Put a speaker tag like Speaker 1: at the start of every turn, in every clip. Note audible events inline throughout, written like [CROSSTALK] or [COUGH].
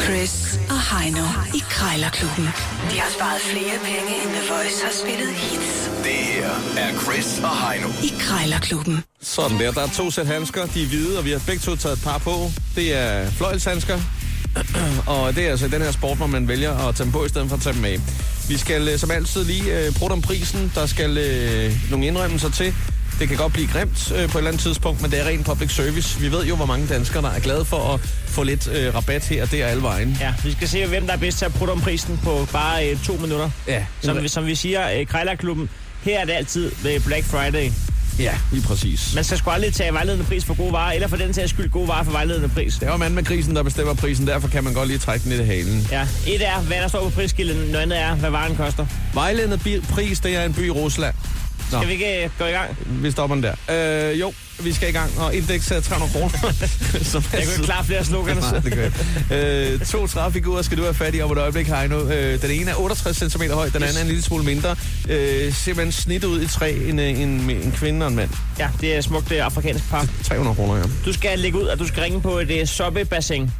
Speaker 1: Chris og Heino i Krejlerklubben. De har sparet flere penge, end The Voice har spillet hits
Speaker 2: Det her er Chris og Heino.
Speaker 1: i Krejlerklubben.
Speaker 3: Sådan der. Der er to sæt handsker. De er hvide, og vi har begge to taget et par på. Det er fløjlshandsker. [CLEARS THROAT] og det er altså i den her sport, hvor man vælger at tage dem på, i stedet for at tage dem af. Vi skal øh, som altid lige øh, bruge om prisen. Der skal øh, nogle indrømmelser til. Det kan godt blive grimt øh, på et eller andet tidspunkt, men det er ren public service. Vi ved jo, hvor mange danskere, der er glade for at få lidt øh, rabat her og der alle vejen.
Speaker 4: Ja, vi skal se, hvem der er bedst til at prutte om prisen på bare øh, to minutter.
Speaker 3: Ja,
Speaker 4: Som, vi- som vi siger, øh, Krejlerklubben, her er det altid med Black Friday.
Speaker 3: ja lige præcis.
Speaker 4: Man skal sgu aldrig tage vejledende pris for gode varer, eller for den sags skyld gode varer for vejledende pris.
Speaker 3: Det er jo mand med grisen, der bestemmer prisen, derfor kan man godt lige trække den lidt i halen.
Speaker 4: Ja, et er, hvad der står på prisskiltet, noget andet er, hvad varen koster.
Speaker 3: Vejledende bi- pris, det er en by i Rusland. Nå.
Speaker 4: Skal vi ikke øh, gå i gang?
Speaker 3: Vi stopper den der. Øh, jo, vi skal i gang, og indeks er 300 kroner. [LAUGHS] Som
Speaker 4: Jeg kunne ikke klare flere slogans.
Speaker 3: [LAUGHS] Nej, det kan jeg. øh, to træfigurer skal du have fat i om et øjeblik, Heino. Øh, den ene er 68 cm høj, den anden er en lille smule mindre. Øh, simpelthen snittet ud i træ, en, øh, en, en kvinde og en mand.
Speaker 4: Ja, det er et smukt øh, afrikansk par.
Speaker 3: 300 kroner, ja.
Speaker 4: Du skal lægge ud, og du skal ringe på et øh, soppebassin.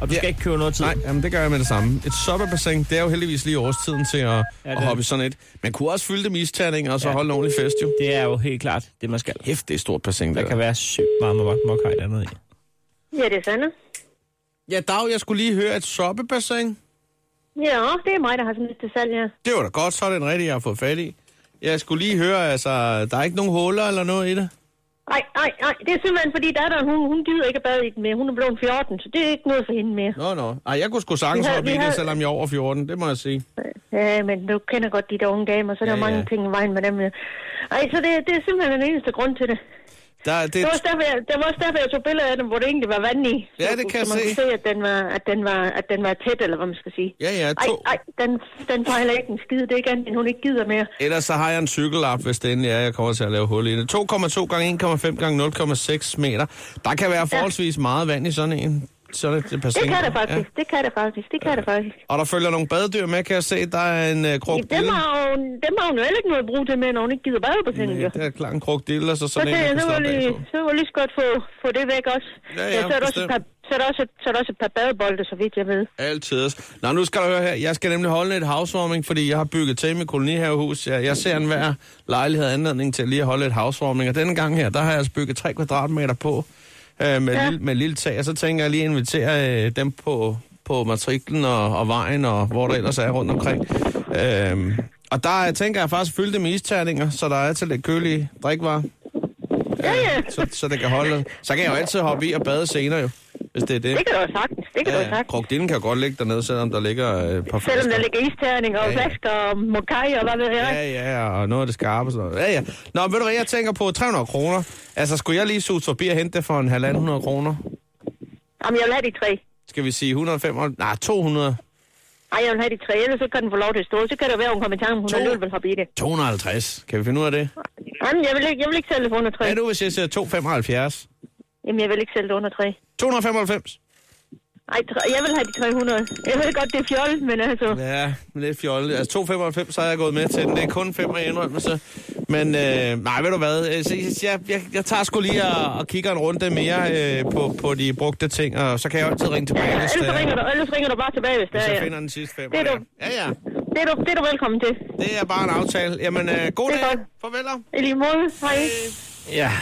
Speaker 4: Og du
Speaker 3: Ja.
Speaker 4: skal ikke købe noget tid.
Speaker 3: Nej, jamen det gør jeg med det samme. Et soppebassin, det er jo heldigvis lige årstiden til at, ja, at
Speaker 4: det-
Speaker 3: hoppe i sådan et. Man kunne også fylde det med isterninger, og så ja.
Speaker 4: Ja.
Speaker 3: holde en ordentlig fest, jo.
Speaker 4: Det er jo helt klart det, man skal.
Speaker 3: Hæft, det er et stort bassin, det
Speaker 4: Der
Speaker 3: der.
Speaker 4: kan være sygt meget mok- mokkaj dernede i.
Speaker 5: Ja, det er Sanne.
Speaker 3: Ja, Dag, jeg skulle lige høre et soppebassin.
Speaker 5: Ja, det er mig, der har sådan lidt til salg, ja.
Speaker 3: Det var da godt, så er den rigtige, jeg har fået fat i. Jeg skulle lige høre, altså, der er ikke nogen huller eller noget i det?
Speaker 5: Ej, ej, ej, det er simpelthen fordi datteren, hun, hun gider ikke at bade i den mere. Hun er blevet 14, så det er ikke noget for hende mere.
Speaker 3: Nå, nå. Ej, jeg kunne sgu sagtens
Speaker 5: Vi havde-
Speaker 3: hoppe i
Speaker 5: vi
Speaker 3: det,
Speaker 5: havde-
Speaker 3: selvom jeg er over 14, det må jeg sige.
Speaker 5: Ja, men du kender godt de der unge damer, så der
Speaker 3: Ja,
Speaker 5: er mange
Speaker 3: ja.
Speaker 5: ting i vejen med dem. ja. Ej, så det, det er simpelthen den eneste grund til det.
Speaker 3: Der, er- det,
Speaker 5: Det var også derfor, jeg, det var også derfor, jeg tog billeder af den, hvor det egentlig var vand i. Så
Speaker 3: Ja,
Speaker 5: man
Speaker 3: det
Speaker 5: kunne-
Speaker 3: kan jeg
Speaker 5: så man
Speaker 3: se.
Speaker 5: kunne se, at den, var, at, den var, at den var tæt, eller hvad man skal sige.
Speaker 3: ja, ja,
Speaker 5: Ej,
Speaker 3: to.
Speaker 5: ej, den, den fejler ikke en skid. Det er ikke andet, end hun ikke gider mere.
Speaker 3: Ellers så har jeg en cykelapp, hvis det endelig er, jeg kommer til at lave hul i det. 2,2 gange 1,5 gange 0,6 meter. Der kan være forholdsvis meget vand i sådan en. Sådan et bassin.
Speaker 5: Det kan det faktisk, det kan det faktisk, det kan det faktisk.
Speaker 3: Og der følger nogle baddyr med, kan jeg se. Der er en øh,
Speaker 5: Ja, dem,
Speaker 3: krokdille.
Speaker 5: har hun, dem har hun jo heller ikke noget at bruge til med, når hun ikke gider badebassinet.
Speaker 3: Ja,
Speaker 5: jo.
Speaker 3: der er klart en krokdille, og så
Speaker 5: Så
Speaker 3: sådan en,
Speaker 5: tænker
Speaker 3: man kan
Speaker 5: jeg, så var
Speaker 3: stoppe
Speaker 5: lige,
Speaker 3: bag på.
Speaker 5: så var lige så godt få, få det væk også.
Speaker 3: Ja, ja,
Speaker 5: så, er der også et
Speaker 3: bestemt.
Speaker 5: par, så, er der også, et- så er der også et par badebolde, så vidt jeg ved.
Speaker 3: Altid. Nå, nu skal du høre her. Jeg skal nemlig holde et housewarming, fordi jeg har bygget til mit kolonihavehus. Jeg, jeg ser en hver lejlighed anledning til lige at holde et housewarming. Og denne gang her, der har jeg altså bygget 3 kvadratmeter på øh, med, ja.
Speaker 5: Ja.
Speaker 3: lille, med lille tag. Og så tænker jeg lige at invitere øh, dem på, på matriklen og, og vejen og hvor der ellers er rundt omkring. Øh, og der øh, tænker jeg faktisk at fylde det med isterninger, så der er til lidt kølige drikkevarer, Øh,
Speaker 5: Ja, ja,
Speaker 3: så, så det kan holde. Så kan jeg jo altid hoppe i og bade senere jo, hvis det er det.
Speaker 5: det kan du jo sagtens, det kan du jo
Speaker 3: Ja,
Speaker 5: sagtens.
Speaker 3: krokdillen kan jo godt ligge dernede, selvom der ligger øh, et par
Speaker 5: Selvom
Speaker 3: flasker.
Speaker 5: der ligger isterninger og
Speaker 3: Ja, ja.
Speaker 5: flasker og mokai og hvad ved jeg.
Speaker 3: Ja, ja, og noget af det skarpe. Så. Ja, ja. Nå, ved du hvad, jeg tænker på 300 kroner. Altså, skulle jeg lige suge Tobi og hente det for en 1.500 kroner?
Speaker 5: Jamen, jeg vil have de tre.
Speaker 3: Skal vi sige 105? Nej, 200.
Speaker 5: Ej, jeg vil have de tre, ellers så kan den få lov til at stå. Så kan det være, hun kommer i tanke, om hun
Speaker 3: To.
Speaker 5: alligevel vil hoppe i det.
Speaker 3: 250. Kan vi finde ud af det?
Speaker 5: Jamen, jeg vil ikke, jeg vil ikke sælge det for under tre.
Speaker 3: Hvad er du, hvis jeg siger 275?
Speaker 5: Jamen, jeg vil ikke sælge det under tre.
Speaker 3: 295?
Speaker 5: Ej, tre- jeg vil have de 300. Jeg ved godt, det er fjol, men altså...
Speaker 3: Ja, lidt fjollet. Altså 295, så har jeg gået med til den. Det er kun 5 af indrømmelse. Men øh, nej, ved du hvad? øh, så Jeg, jeg, jeg tager sgu lige og, og kigger en runde mere øh, på, på de brugte ting, og så kan jeg jo altid ringe tilbage, hvis
Speaker 5: Ellers,
Speaker 3: det
Speaker 5: så
Speaker 3: er.
Speaker 5: ringer du, ellers ringer du bare tilbage, hvis det
Speaker 3: øh, Hvis
Speaker 5: er,
Speaker 3: jeg
Speaker 5: ja.
Speaker 3: finder den sidste fem.
Speaker 5: Det er du.
Speaker 3: Ja, ja.
Speaker 5: Det er du, det er du velkommen til.
Speaker 3: Det er bare en aftale. Jamen, øh, god
Speaker 5: Det er
Speaker 3: dag.
Speaker 5: godt.
Speaker 3: Farvel.
Speaker 5: I lige måde. Hej.
Speaker 4: Ja,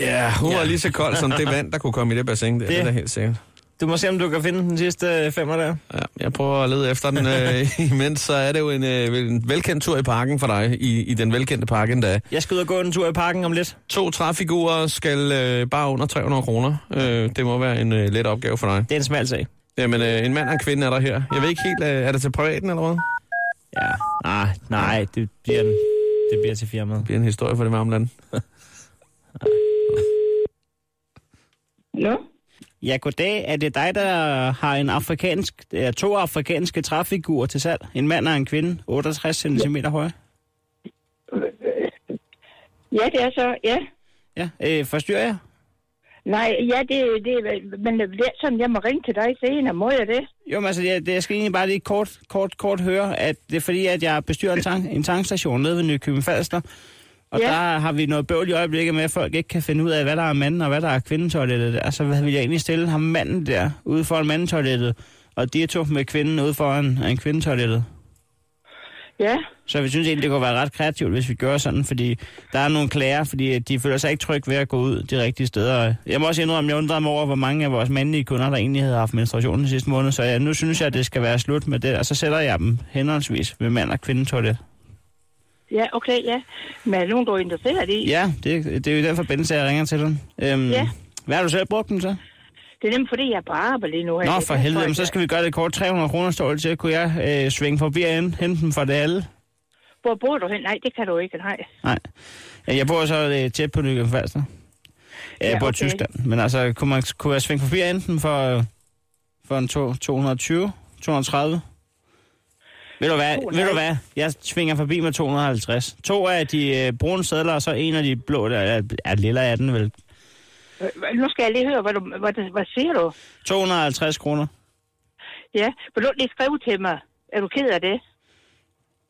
Speaker 3: Ja, hun var lige så kold som det vand, der kunne komme i det bassin der. Det,
Speaker 4: Det-
Speaker 3: det er da helt sikkert.
Speaker 4: du må se, om du kan finde den sidste øh, femmer der.
Speaker 3: Ja, jeg prøver at lede efter den. Øh, [LAUGHS] imens så er det jo en, øh, vel- en velkendt tur i parken for dig, i, i den velkendte park endda.
Speaker 4: Jeg skal ud og gå en tur i parken om lidt.
Speaker 3: To træfigurer skal øh, bare under 300 kroner. Øh, det må være en øh, let opgave for dig.
Speaker 4: Det er en smal sag.
Speaker 3: Jamen, øh, en mand og en kvinde er der her. Jeg ved ikke helt, øh, er det til privaten eller hvad?
Speaker 4: Ja, nej, nej, det bliver, en, det bliver til firmaet.
Speaker 3: Det bliver en historie for det varme land.
Speaker 5: Hallo?
Speaker 4: Ja, goddag. Er det dig, der har en afrikansk, øh, to afrikanske træfigurer til salg? En mand og en kvinde, 68 cm høje.
Speaker 6: Ja, det er så, ja.
Speaker 4: Ja, øh, forstyrrer jeg?
Speaker 6: Nej, ja, det, det, men det er sådan, jeg må ringe til dig senere, må jeg det?
Speaker 4: Jo, men altså, jeg, det, jeg skal egentlig bare lige kort, kort, kort høre, at det er fordi, at jeg bestyrer en, tank, en tankstation nede ved Nykøbing Falster, Og
Speaker 5: Ja.
Speaker 4: ja. der har vi noget bøvl i øjeblikket med, at folk ikke kan finde ud af, hvad der er manden og hvad der er kvindetoilettet der. Så hvad ville jeg egentlig stille ham manden der ude foran mandetoilettet, og de to med kvinden ude foran en kvindetoilettet?
Speaker 5: Ja,
Speaker 4: Så vi synes egentlig, det kunne være ret kreativt, hvis vi gjorde sådan, fordi der er nogle klager, fordi de føler sig ikke trygge ved at gå ud de rigtige steder. Jeg må også indrømme, jeg undrede mig over, hvor mange af vores mandlige kunder, der egentlig havde haft menstruation den sidste måned, så jeg, nu synes jeg, at det skal være slut med det, og så sætter jeg dem henholdsvis ved mand og kvindetoilet.
Speaker 5: ja, okay, ja. Men er der nogen, du er interesseret i?
Speaker 4: Ja, det, det er jo i den forbindelse, jeg ringer til dig. Øhm,
Speaker 5: Ja.
Speaker 4: Hvad har du selv brugt dem så?
Speaker 5: Det er nemt, fordi jeg er på arbejde lige nu.
Speaker 4: Nå, for helvede, men så skal vi gøre det kort. 300 kroner står det til. Kunne jeg øh, svinge forbi og hen- hente dem for det alle?
Speaker 5: Hvor bor du hen? Nej, det kan du ikke, nej.
Speaker 4: Nej. Ja, Jeg bor så øh, tæt på Nykøbing Falster. Ja, jeg
Speaker 5: Ja,
Speaker 4: bor i
Speaker 5: okay.
Speaker 4: Tyskland. Men altså, kunne, man, kunne jeg svinge forbi enten for, øh, for en to, 220, 230? Ved du hvad? Ved du hvad? Jeg svinger forbi med 250. To af de øh, brune sædler, og så en af de blå, der er, er lilla af den vel.
Speaker 5: Øh, Nu skal jeg lige høre, hvad, du, hvad, du- hvad siger du?
Speaker 4: 250 kroner.
Speaker 5: Ja, vil du lige skrive til mig? Er du ked af det?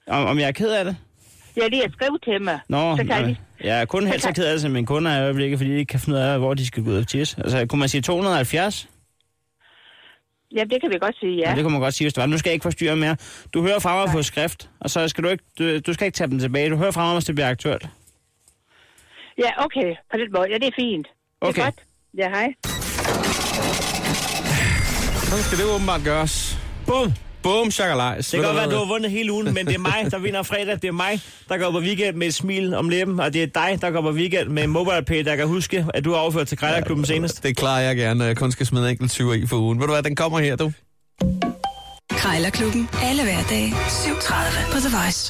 Speaker 4: Om, om jeg er ked af det?
Speaker 5: Ja, lige at skrive til mig.
Speaker 4: Nå,
Speaker 5: så kan jeg
Speaker 4: nej.
Speaker 5: lige...
Speaker 4: jeg er kun helt så
Speaker 5: kan-
Speaker 4: ked af det, som mine kunder er i øjeblikket, fordi de ikke kan finde ud af, hvor de skal gå ud og tisse. Altså, kunne man sige 270?
Speaker 5: Ja, det kan vi godt sige, ja.
Speaker 4: Ja. Det kunne man godt sige, hvis det var. Nu skal jeg ikke forstyrre mere. Du hører fra mig på skrift, og så skal du ikke, du, du skal ikke tage dem tilbage. Du hører fra mig, hvis det bliver aktuelt.
Speaker 5: Ja, okay. På den måde. Ja, det er fint. Det
Speaker 4: Okay.
Speaker 5: er godt. Ja, hej.
Speaker 3: Sådan skal det åbenbart gøres.
Speaker 7: Bum!
Speaker 3: Bum, shakalajs.
Speaker 7: Det kan godt være, at du har vundet hele ugen, men det er mig, der vinder fredag. Det er mig, der går på weekend med et smil om læben, og det er dig, der går på weekend med en mobile pay, der kan huske, at du har overført til Grejlerklubben senest.
Speaker 3: Det klarer jeg gerne, når jeg kun skal smide en enkelt 20 i for ugen. Ved du hvad, den kommer her, du.
Speaker 1: Krejlerklubben. Alle hverdage. 7.30 på The Voice.